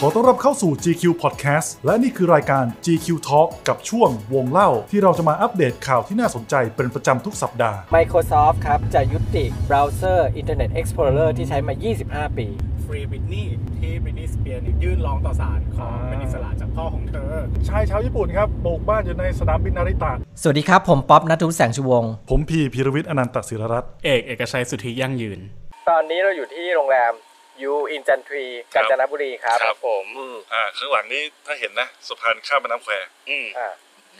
ขอต้อนรับเข้าสู่ GQ Podcast และนี่คือรายการ GQ Talk กับช่วงวงเล่าที่เราจะมาอัปเดตข่าวที่น่าสนใจเป็นประจำทุกสัปดาห์ Microsoft ครับ จะยุติเบราว์เซอร์ Internet Explorer ที่ใช้มา 25 ปี ฟรีบริตนี่ที่บริตนี่สเปียร์ยื่นร้องต่อศาลขอเป็นอิสระจากพ่อของเธอ ชายชาวญี่ปุ่นครับโบกบ้านอยู่ในสนามบินนาริตะ สวัสดีครับ ผมป๊อปนัทวุฒิแสงชูวง ผมพีพีรวิทย์อนันตศิรรัตน์ เอกเอกชัยสุทธิยั่งยืน ตอนนี้เราอยู่ที่โรงแรมยูอินจันทรีกาญจนบุรีครับ ครับผม อืม อ่าข้างหลังนี้ถ้าเห็นนะสะพานข้ามแม่น้ำแคว อืม อ่า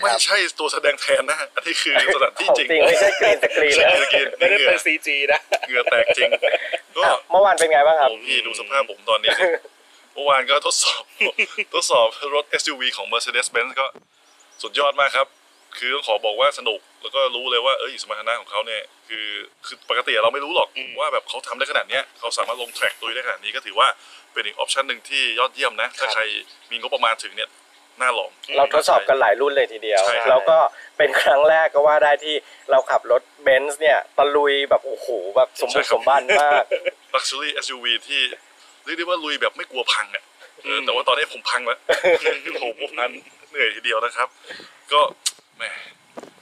ไม่ใช่ตัวแสดงแทนนะอันนี้คือสถานที่ ของ จริง จริงไม่ใช่กรีนสกรีน ใช่ นะ เมื่อกี้ ไม่ได้ เหงื่ เป็ อน ซีจีนะ เหงื่อแตกจริงก็ อ่ะเมื่อวานเป็นไงบ้างครับ พี่ดูสภาพผมตอน นี้ดิเมื่อวานก็ทดสอบ ทดสอบรถ SUV ของ Mercedes-Benz ก็สุดยอดมากครับ คือต้องขอบอกว่าสนุก แล้วก็รู้เลยว่าเอ้ยสมรรถนะของเขาเนี่ย คือคือปกติเราไม่รู้หรอก อืม ว่าแบบเขาทำได้ขนาดเนี้ยเขาสามารถลงแทร็กตุยได้ขนาดนี้ก็ถือว่าเป็นอีกออปชันหนึ่งที่ยอดเยี่ยมนะ ถ้าใครมีงบประมาณถึงเนี่ย น่าลอง เราทดสอบกันหลายรุ่นเลยทีเดียว ใช่ครับ แล้วก็เป็นครั้งแรกก็ว่าได้ที่เราขับรถเบนซ์เนี่ยตะลุยแบบโอ้โหแบบสมบุกสมบันมาก Luxury SUV ที่เรียกได้ว่าลุยแบบไม่กลัวพังอ่ะเออแต่ว่าตอนนี้ผมพัง แล้ว ผมพันเหนื่อยทีเดียวนะครับ ก็แหม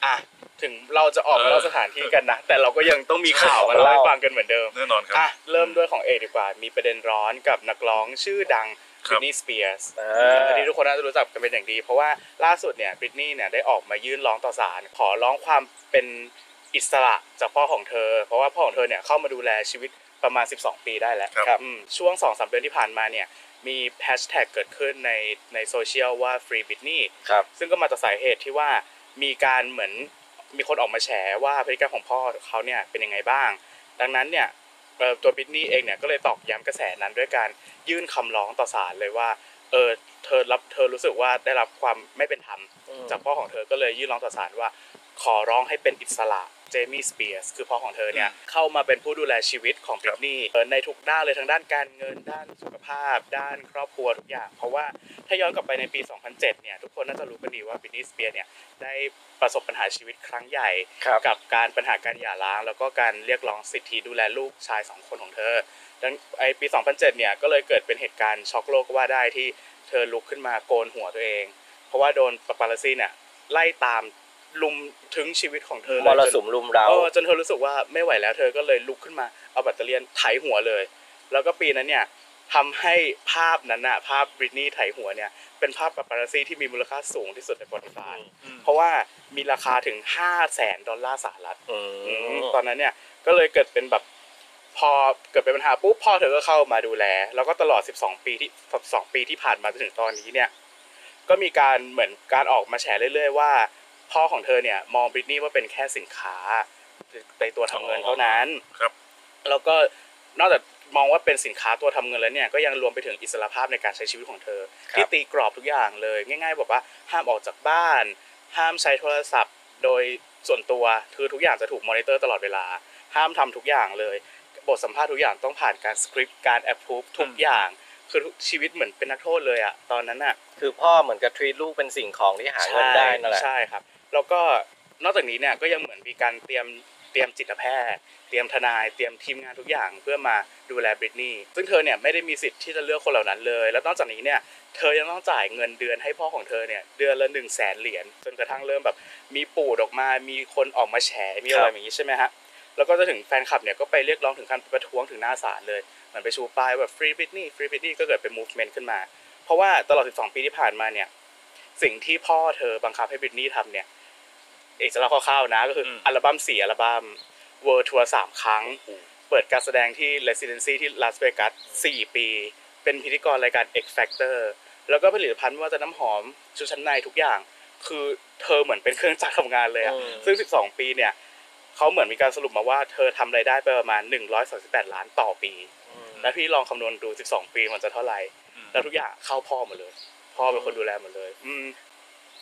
อ่ะ ถึงเราจะออก เออ มาเล่าสถานที่กันนะ แต่เราก็ยังต้องมีข่าวมาเล่าให้ฟังกันเหมือนเดิม แน่นอนครับ อ่ะ เริ่มด้วยของเอกดีกว่า มีประเด็นร้อนกับนักร้องชื่อดัง ครับ Britney Spears เออ อันนี้ทุกคนน่าจะรู้จักกันเป็นอย่างดี เพราะว่าล่าสุดเนี่ย Britney เนี่ยได้ออกมายื่นร้องต่อศาลขอร้องความเป็นอิสระจากพ่อของเธอ เพราะว่าพ่อของเธอเนี่ยเข้ามาดูแลชีวิตประมาณ 12 ปีได้แล้ว ครับ อืมช่วง2อสเดือนที่ผ่านมาเนี่ย มีแฮชแท็กเกิดขึ้นในในโซเชียลว่า Free Britney ครับ ซึ่งก็มาจากสาเหตุที่ว่ามีการเหมือนมีคนออกมาแฉว่าพฤติกรรมของพ่อเขาเนี่ยเป็นยังไงบ้าง ดังนั้นเนี่ยเอ่อตัวบิทนี่เองเนี่ยก็เลยตอกย้ำกระแสนั้นด้วยการยื่นคำร้องต่อศาลเลยว่าเออเธอรับเธอรู้สึกว่าได้รับความไม่เป็นธรรม อืม จากพ่อของเธอก็เลยยื่นร้องต่อศาลว่า ขอร้องให้เป็นอิสระเจมี่สเปียร์สคือพ่อของเธอเนี่ยเข้ามาเป็นผู้ดูแลชีวิตของบิทนี่ในทุกด้านเลยทั้งด้านการเงินด้านสุขภาพ ด้านครอบครัวทุกอย่าง เพราะว่าถ้าย้อนกลับไปในปี 2007 เนี่ยทุกคนน่าจะรู้กันดีว่าบิทนี่สเปียร์เนี่ยได้ประสบปัญหาชีวิตครั้งใหญ่ ครับ กับการปัญหาการหย่าร้าง แล้วก็การเรียกร้องสิทธิดูแลลูกชาย 2 คนของเธอดังไอปี 2007 เนี่ยก็เลยเกิดเป็นเหตุการณ์ช็อกโลกก็ว่าได้ที่เธอลุกขึ้นมาโกนหัวตัวเอง เพราะว่าโดนปาปารัสซี่เนี่ยไล่ตามลุมถึงชีวิตของเธอเลย ม จน รสุมรุมเรา เออจนเธอรู้สึกว่าไม่ไหวแล้วเธอก็เลยลุกขึ้นมาเอาแบตเตอรี่ไถหัวเลย แล้วก็ปีนั้นเนี่ยทำให้ภาพนั้นน่ะภาพบริตนี่ไถหัวเนี่ยเป็นภาพปาปารัสซี่ที่มีมูลค่าสูงที่สุดในประวัติศาสตร์เพราะว่ามีราคาถึง 5 0 0แสนดอลลาร์สหรัฐ อืม ตอนนั้นเนี่ยก็เลยเกิดเป็นแบบพอเกิดเป็นปัญหาปุ๊บพ่อเธอก็เข้ามาดูแล แล้วก็ตลอด 12 ปีที่12ปีที่ผ่านมาจนถึงตอนนี้เนี่ย ก็มีการเหมือนการออกมาแฉเรื่อย ๆ ว่า พ่อของเธอเนี่ยมองบริตนี่ว่าเป็นแค่สินค้าในตัวทำเงินเท่านั้น ครับ แล้วก็นอกจากมองว่าเป็นสินค้าตัวทำเงินแล้วเนี่ยก็ยังรวมไปถึงอิสรภาพในการใช้ชีวิตของเธอ ครับ ที่ตีกรอบทุกอย่างเลย ง่ายๆบอกว่าห้ามออกจากบ้าน ห้ามใช้โทรศัพท์ โดยส่วนตัวคือทุกอย่างจะถูกมอนิเตอร์ตลอดเวลา ห้ามทำทุกอย่างเลย บทสัมภาษณ์ทุกอย่างต้องผ่านการสคริปต์การแอปพูฟทุกอย่าง คือทุกชีวิตเหมือนเป็นนักโทษเลยอะตอนนั้นอะ คือพ่อเหมือนกับทรีตลูกเป็นสิ่งของที่หาเงินได้นั่นแหละ ใช่ครับ แล้วก็นอกจากนี้เนี่ยก็ยังเหมือนมีการเตรียมเตรียมจิตแพทย์ เตรียมทนายเตรียมทีมงานทุกอย่างเพื่อมาดูแลบริตนี่ซึ่งเธอเนี่ยไม่ได้มีสิทธิ์ที่จะเลือกคนเหล่านั้นเลย แล้วนอกจากนี้เนี่ยเธอยังต้องจ่ายเงินเดือนให้พ่อของเธอเนี่ยเดือนละ1นึ่งแสนเหรียญจนกระทั่งเริ่มแบบมีปูดออกมามีคนออกมาแฉมีอะไร ครับ อย่างนี้ใช่ไหมฮะแล้วก็จะถึงแฟนคลับเนี่ยก็ไปเรียกร้องถึงขั้นประท้วงถึงหน้าศาลเลยเหมือนไปชูป้ายแบบ free Britney free Britney ก็เกิดเป็น movement ขึ้นมา เพราะว่าตลอด 12 ปีที่ผ่านมาเนี่ย สิ่งที่พ่อเธอบังคับให้บริตนี่ทำเนี่ยเอกจะเล่าคร่าวๆนะ ก็คืออ ม อัลบั้มสี่อัลบั้มเวิร์ทัวร์สามครั้ง เปิดการแสดงที่ Residency ที่ลาสเวกัสสี่ปี เป็นพิธีกรรายการ X Factor แล้วก็ผลิตภัณฑ์ไม่ว่าจะน้ำหอม ชุดชั้นในทุกอย่าง คือเธอเหมือนเป็นเครื่องจักรทำงานเลยอะ อืม ซึ่ง 12 ปีเนี่ยเขาเหมือนมีการสรุปมาว่าเธอทำรายได้ไปประมาณ 138 ล้านต่อปี แล้วพี่ลองคำนวณดู 12 ปีมันจะเท่าไหร่ อืม แล้วทุกอย่างเข้าพ่อหมดเลย พ่อเป็นคนดูแลหมดเลย อืม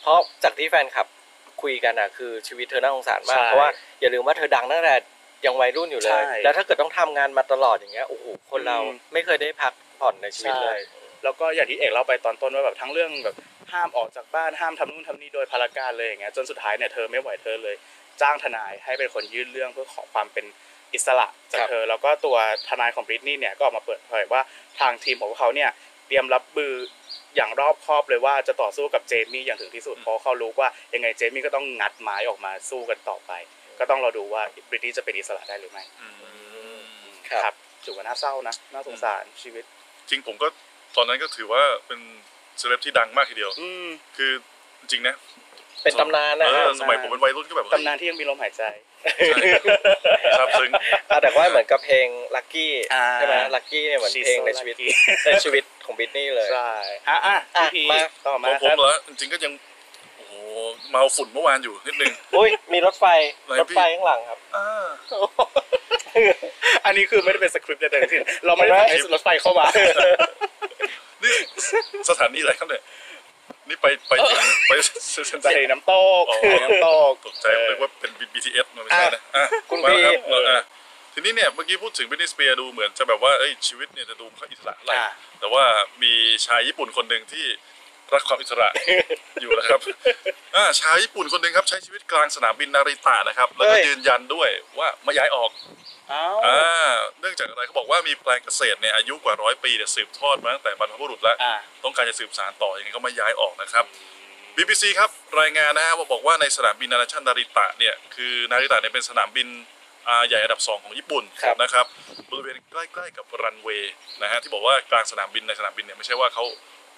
เพราะจากที่แฟนคลับคุยกันอ่ะคือชีวิตเธอน่าสงสารมาก ใช่ เพราะว่าอย่าลืมว่าเธอดังตั้งแต่ยังวัยรุ่นอยู่เล ใช่ ย แล้วถ้าเกิดต้องทำงานมาตลอดอย่างเงี้ยโอ้โหคนเรา อืม ไม่เคยได้พักผ่อนในชีวิตเลย แล้วก็อย่างที่เอกเล่าไปตอนต้นว่าแบบทั้งเรื่องแบบห้ามออกจากบ้านห้ามทำนู่นทำนี่โดยพารการเลยอย่างเงี้ยจนสุดท้ายเนี่ยเธอไม่ไหวเธอเลย จ้างทนายให้เป็นคนยื่นเรื่องเพื่อขอความเป็นอิสระจาก ครับ เธอแล้วก็ตัวทนายของบริตนี่เนี่ยก็ออกมาเปิดเผยว่าทางทีมของพวกเขาเนี่ยเต รียมรับมืออย่างรอบคอบเลยว่าจะต่อสู้กับเจมี่อย่างถึงที่สุดเพราะเขารู้ว่ายังไงเจมี่ก็ต้องงัดไม้ออกมาสู้กันต่อไป ก็ต้องรอดูว่าบริตตี้จะเป็นอิสระได้หรือไม่ ครับ ถือว่าน่าเศร้านะน่าสงสารชีวิต จริงผมก็ตอนนั้นก็ถือว่าเป็นเซเลบที่ดังมากทีเดียว อืม คือจริงๆนะ เป็นตำนานนะ เอ ฮะ อสมัยผมเป็นวัยรุ่นก็แบบเฮ้ย ตำนานที่ยังมีลมหายใจ ซาบซึ้ง อ่ะแต่ว่าเหมือนกับเพลง Lucky อ่า ใช่ไหม Lucky เนี่ยเหมือน She's เพลง so ในชีวิต lucky ในชีวิตของบิทนี่เลย ใช่อ่ะอ่ะ อ่ะ พี่พี มา ต่อ ข มา องผ ค ม รับ เหรอจริงๆก็ยัง โอ้โหเมาฝุ่นเมื่อวานอยู่นิดนึง อุ้ยมีรถไฟ ไหน รถไฟ พี่ ข้างหลังครับ อ่า อันนี้คือไม่ได้เป็นสคริปต์ใดๆทั้งสิ้นเราไม่ได้ เห็ ให้ นไหม รถไฟเข้า มา นี่สถานีอะไรครับเนี่ย นี่ไปไปถึงไปเซ็น ใจ เซ็น น้ำตก อ๋อ ใจน้ำตก ตกใจผมนึกว่าเป็น BTS มันไม่ใช่นะอ่ะ คุณ มารับ พี่ เอออ่ะทีนี้เนี่ยเมื่อกี้พูดถึง Britney Spears ดูเหมือนจะแบบว่าเอ้ยชีวิตเนี่ยจะดูไม่ค่อยอิสระอะไหร อ่ะ แต่ว่ามีชายญี่ปุ่นคนหนึ่งที่รักความอิสระอยู่นะครับอ่ะชายญี่ปุ่นคนหนึ่งครับใช้ชีวิตกลางสนามบินนาริตะนะครับแล้วก็ เฮ้ย ยืนยันด้วยว่าไม่ย้ายออก เอ้า อ่าเนื่องจากอะไรเขาบอกว่ามีแปลงเกษตรเนี่ยอายุกว่าร้อยปีเนี่ยสืบทอดมาตั้งแต่บรรพบุรุษแล้ว อ่ะ ต้องการจะสืบสานต่อยังไงก็ไม่ย้ายออกนะครับ BBC ครับรายงานนะฮะว่าบอกว่าในสนามบินนานาชาตินาริตะเนี่ยคือนาริตะเนี่ยเป็นสนามบินอ่าใหญ่อันดับสองของญี่ปุ่น ครับ นะครับบริเวณใกล้ๆกับรันเวย์นะฮะที่บอกว่ากลางสนามบินในสนามบินเนี่ยไม่ใช่ว่าเขา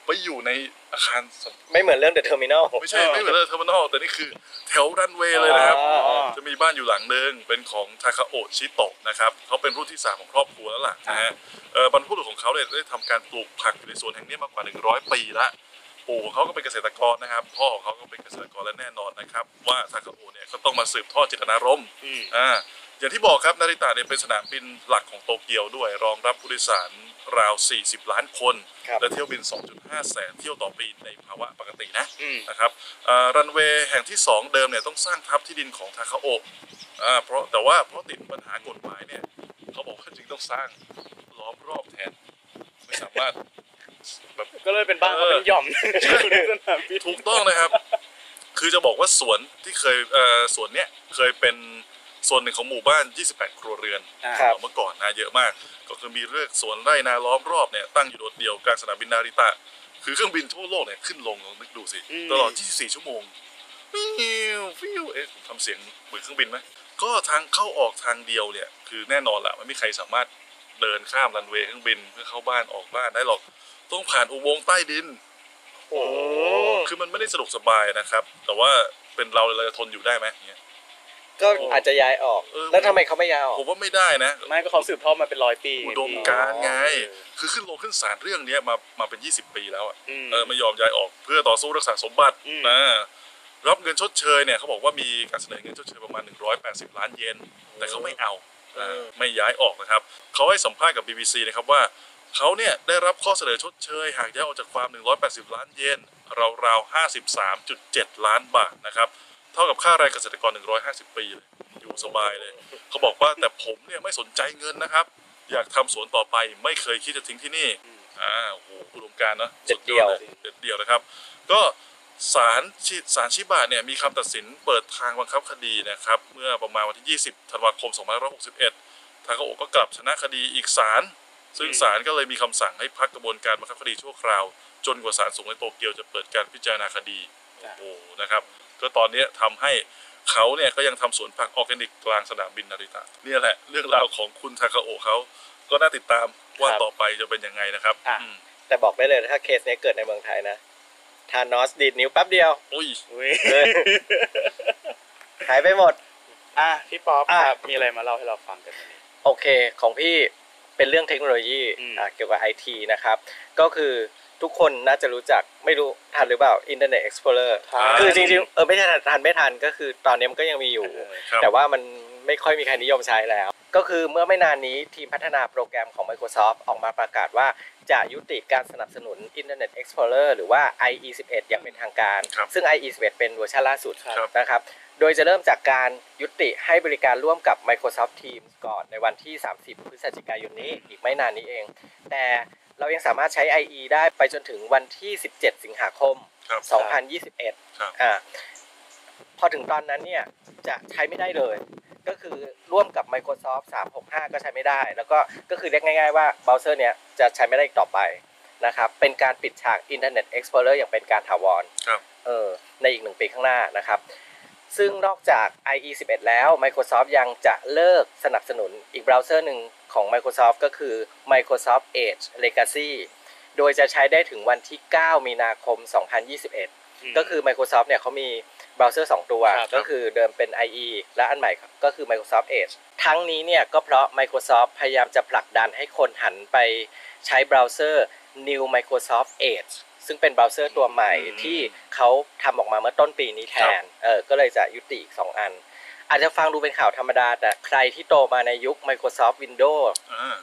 ไปอยู่ในอาคารสำ ไม่เหมือนเรื่องเดอะเทอร์มินอล ไม่ใช่ เออ ไม่เหมือนเทอร์มินอลแต่นี่คือแถวรันเวย์เลยนะครับ อ๋อ จะมีบ้านอยู่หลังหนึ่งเป็นของทาคาโอะชิโตะนะครับเขาเป็นรุ่นที่สามของครอบครัวแล้วล่ะนะฮะเอ่อบรรพบุรุษของเขาเนี่ยได้ทำการปลูกผักอยู่ในสวนแห่งนี้มากกว่า 100 ปีละปู่ของเขาก็เป็นเกษตรกรนะครับ พ่อของเขาก็เป็นเกษตรกรและแน่นอนนะครับ ว่าทาคาโอะเนี่ยก็ต้องมาสืบทอดเจิตนารมณ์ อืม อ่าอย่างที่บอกครับนาริตะเนี่ยเป็นสนามบินหลักของโตเกียวด้วย รองรับผู้โดยสารราว 40 ล้านคน ครับ และเที่ยวบิน 2.5 แสนเที่ยวต่อปีในภาวะปกตินะ อืม นะครับเอ่อรันเวย์แห่งที่ 2 เดิมเนี่ยต้องสร้างทับที่ดินของทาคาโอะอ่าเพราะแต่ว่าเพราะติดปัญหากฎหมายเนี่ยเขาบอกว่าจึงต้องสร้างล้อมรอบแทน ไม่สามารถแบบ ก็เลยเป็นบ้านเขาเป็นหย่อมอยู่ในสนามบิน ถูกต้องนะครับ คือจะบอกว่าสวนที่เคยเอ่อสวนเนี้ยเคยเป็นส่วนหนึ่งของหมู่บ้าน 28 ครัวเรือน อ่า ครับ เมื่อก่อนนะเยอะมาก ก็คือมีเรือกสวนไร่นาล้อมรอบเนี่ยตั้งอยู่โดดเดี่ยวกลางสนามบินนาริตะ คือเครื่องบินทั่วโลกเนี่ยขึ้นลงลองนึกดูสิ อืม ตลอด 24 ชั่วโมง ฟิวฟิวเอ๊ะผมทำเสียงเหมือนเครื่องบินไหมก็ทางเข้าออกทางเดียวเนี่ย คือแน่นอนละไม่มีใครสามารถเดินข้ามรันเวย์เครื่องบินเพื่อเข้าบ้านออกบ้านได้หรอก ต้องผ่านอุโมงค์ใต้ดิน โอ้โห คือมันไม่ได้สะดวกสบายนะครับ แต่ว่าเป็นเราเราจะทนอยู่ได้ไหมอย่างเงี้ย ก็อาจจะย้ายออก เออ แล้วทำไมเขาไม่ย้ายออก ผมว่าไม่ได้นะ ไม่ก็เขาสืบทอดมาเป็นร้อยปี อุดมการณ์ไง คือขึ้นลงขึ้นศาลเรื่องเนี้ยมามาเป็น 20 ปีแล้วอะ อืม เออไม่ยอมย้ายออกเพื่อต่อสู้รักษาสมบัติ อืม นะรับเงินชดเชยเนี่ยเขาบอกว่ามีการเสนอเงินชดเชยประมาณ 180 ล้านเยนแต่เขาไม่เอา เออ ไม่ย้ายออกนะครับเขาให้สัมภาษณ์กับ BBC นะครับว่าเขาเนี่ยได้รับข้อเสนอชดเชยหากย้ายออกจากฟาร์ม 180 ล้านเยนราวๆ53.7 ล้านบาทนะครับ เท่ากับค่าแรงเกษตรกร 150 ปีเลยอยู่สบายเลย เขาบอกว่าแต่ผมเนี่ยไม่สนใจเงินนะครับ อยากทำสวนต่อไปไม่เคยคิดจะทิ้งที่นี่ อ่าโอ้โหอุดมการณ์เนาะ เด็ดเดี่ยว สุลเด็ดเดี่ยวนะครับ ก็ศาลชิศาลชิบะเนี่ยมีคำตัดสินเปิดทางบังคับคดีนะครับ เมื่อประมาณวันที่ 20 ธันวาคม 2561 ทางกโอะก็กลับชนะคดีอีกศาลซึ่ง อืม ศาลก็เลยมีคำสั่งให้พักกระบวนการบังคับคดีชั่วคราว จนกว่าศาลสูงในโตเกียวจะเปิดการพิจารณาคดี โอ้โหนะครับ ก็ตอนเนี้ยทำให้เขาเนี่ยก็ยังทำสวนผักออร์แกนิกกลางสนามบินนาริตะเนี่ยแหละเรื่องราวของคุณทาคาโอะเขาก็น่าติดตามว่า ครับ ต่อไปจะเป็นยังไงนะครับ อ่ะ อืม แต่บอกได้เลยถ้าเคสเนี้ยเกิดในเมืองไทยนะทานอสดีดนิ้วแป๊บเดียว อุ้ย อุ้ย เลยหายไปหมด อ่ะพี่ป๊อป อ่ะ ครับมีอะไรมาเล่าให้เราฟังกันวันนี้ โอเค ของพี่เป็นเรื่องเทคโนโลยี อืม อ่ะเกี่ยวกับไอทีนะครับ ก็คือทุกคนน่าจะรู้จักไม่รู้ทันหรือเปล่า Internet Explorer คือจริงๆเออไม่ทันทันไม่ทันก็คือตอนนี้มันก็ยังมีอยู่ ครับ แต่ว่ามันไม่ค่อยมีใครนิยมใช้แล้ว ก็คือเมื่อไม่นานนี้ทีมพัฒนาโปรแกรมของ Microsoft ออกมาประกาศว่าจะยุติการสนับสนุน Internet Explorer หรือว่า IE 11อย่างเป็นทางการ ครับ ซึ่ง IE 11เป็นเวอร์ชันล่าสุด ครับ นะครับ โดยจะเริ่มจากการยุติให้บริการร่วมกับ Microsoft Teams ก่อนในวันที่ 30 พฤศจิกายนนี้อีกไม่นานนี้เอง แต่เรายังสามารถใช้ IE ได้ไปจนถึงวันที่ 17 สิงหาคม ครับ 2021 ครับ อ่าพอถึงตอนนั้นเนี่ยจะใช้ไม่ได้เลย ก็คือร่วมกับ Microsoft 365 ก็ใช้ไม่ได้ แล้วก็ก็คือเรียกง่ายๆว่าเบราว์เซอร์เนี้ยจะใช้ไม่ได้อีกต่อไป นะครับ เป็นการปิดฉาก Internet Explorer อย่างเป็นการถาวร ครับ เออในอีกหนึ่งปีข้างหน้านะครับ ซึ่งนอกจาก IE 11 แล้ว Microsoft ยังจะเลิกสนับสนุนอีกเบราว์เซอร์หนึ่งของ Microsoft ก็คือ Microsoft Edge Legacy โดยจะใช้ได้ถึงวันที่ 9 มีนาคม 2021 ก็คือ Microsoft เนี่ยเขามีเบราว์เซอร์ 2 ตัว ครับ ก็คือเดิมเป็น IE และอันใหม่ก็คือ Microsoft Edge ทั้งนี้เนี่ยก็เพราะ Microsoft พยายามจะผลักดันให้คนหันไปใช้เบราว์เซอร์ New Microsoft Edge ซึ่งเป็นเบราว์เซอร์ตัวใหม่ อืม ที่เขาทำออกมาเมื่อต้นปีนี้แทนเออก็เลยจะยุติอีก 2 อัน อาจจะฟังดูเป็นข่าวธรรมดา แต่ใครที่โตมาในยุค Microsoft Windows อ่า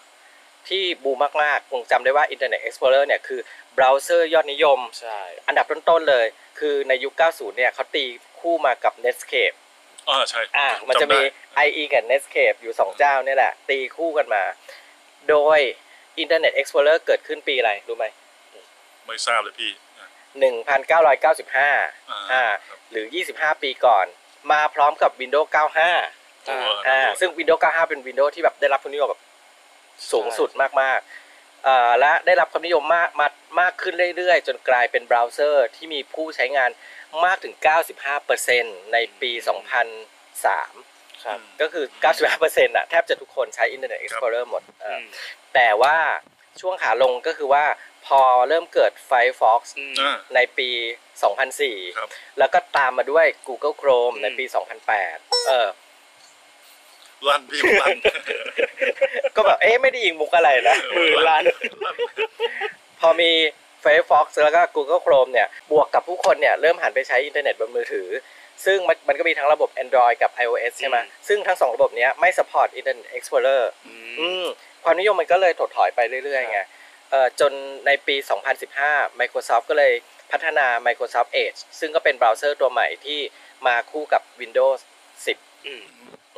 ที่บูมมากๆคงจำได้ว่า Internet Explorer เนี่ยคือเบราว์เซอร์ยอดนิยม ใช่ อันดับต้นๆเลย คือในยุค 90 เนี่ยเขาตีคู่มากับ Netscape อ่าใช่ อ่า ผ มันจะ จำได้ มี IE กับ Netscape อยู่ 2 เจ้าเนี่ยแหละ ตีคู่กันมา โดย Internet Explorer เกิดขึ้นปีอะไร รู้ไหม ไม่ทราบเลยพี่อ่ะ 1995 อ่า ครับ หรือ 25 ปีก่อน มาพร้อมกับ Windows 95 ตัว อ่า อ่า ตัว ซึ่ง Windows 95 เป็น Windows ที่แบบได้รับความนิยมแบบสูงสุดมากๆอ่าและได้รับความนิยมมากมากมากขึ้นเรื่อยๆ จนกลายเป็นเบราว์เซอร์ที่มีผู้ใช้งานมากถึง 95%ในปี 2003 ครับ ก็คือ 95%อ่ะแทบจะทุกคนใช้ Internet Explorer หมดเออ อื อ ม แต่ว่าช่วงขาลงก็คือว่าพอเริ่มเกิด Firefox อืม อ่า ในปี ครับ 2004 แล้วก็ตามมาด้วย Google Chrome ในปี 2008 เออ ลั่นพี่ผมลั่น ก็แบบ เอ๊ะ ไม่ได้ยิงมุกอะไรนะ หมื่นล้าน พอมี Firefox แล้วก็ Google Chrome เนี่ย บวกกับผู้คนเนี่ย เริ่มหันไปใช้อินเทอร์เน็ตบนมือถือ ซึ่งมันมันก็มีทั้งระบบ Android กับ iOS ใช่ไหม อืม ซึ่งทั้งสองระบบเนี้ยไม่ support Internet Explorer อื อืมมความนิยมมันก็เลยถดถอยไปเรื่อย ๆ ไงเอ่อจนในปี 2015 Microsoft ก็เลยพัฒนา Microsoft Edge ซึ่งก็เป็นเบราว์เซอร์ตัวใหม่ที่มาคู่กับ Windows 10 อืม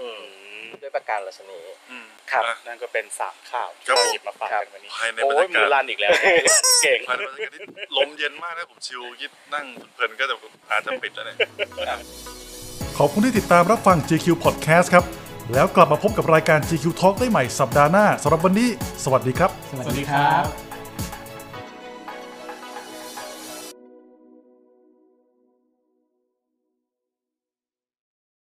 อืม อืม ด้วยประการลัชนี อืม ครับ อ่ะ นั่นก็เป็นสามข่าว ครับผม หยิบมาฝากกันวันนี้ ภายในบรรโอ้ย ยา มื กา อ ศ ลั่นอีกแล้ว เก่ง ภายในบรรยากาศที่ลมเย็นมากนะผมชิลยิดนั่งเพลินๆก็จะอาจจะปิดแล้วเนี่ย ขอบคุณที่ติดตามรับฟัง GQ Podcast ครับ แล้วกลับมาพบกับรายการ GQ Talk ได้ใหม่สัปดาห์หน้าสำหรับวันนี้ สวัสดีครับ สวัสดีครับ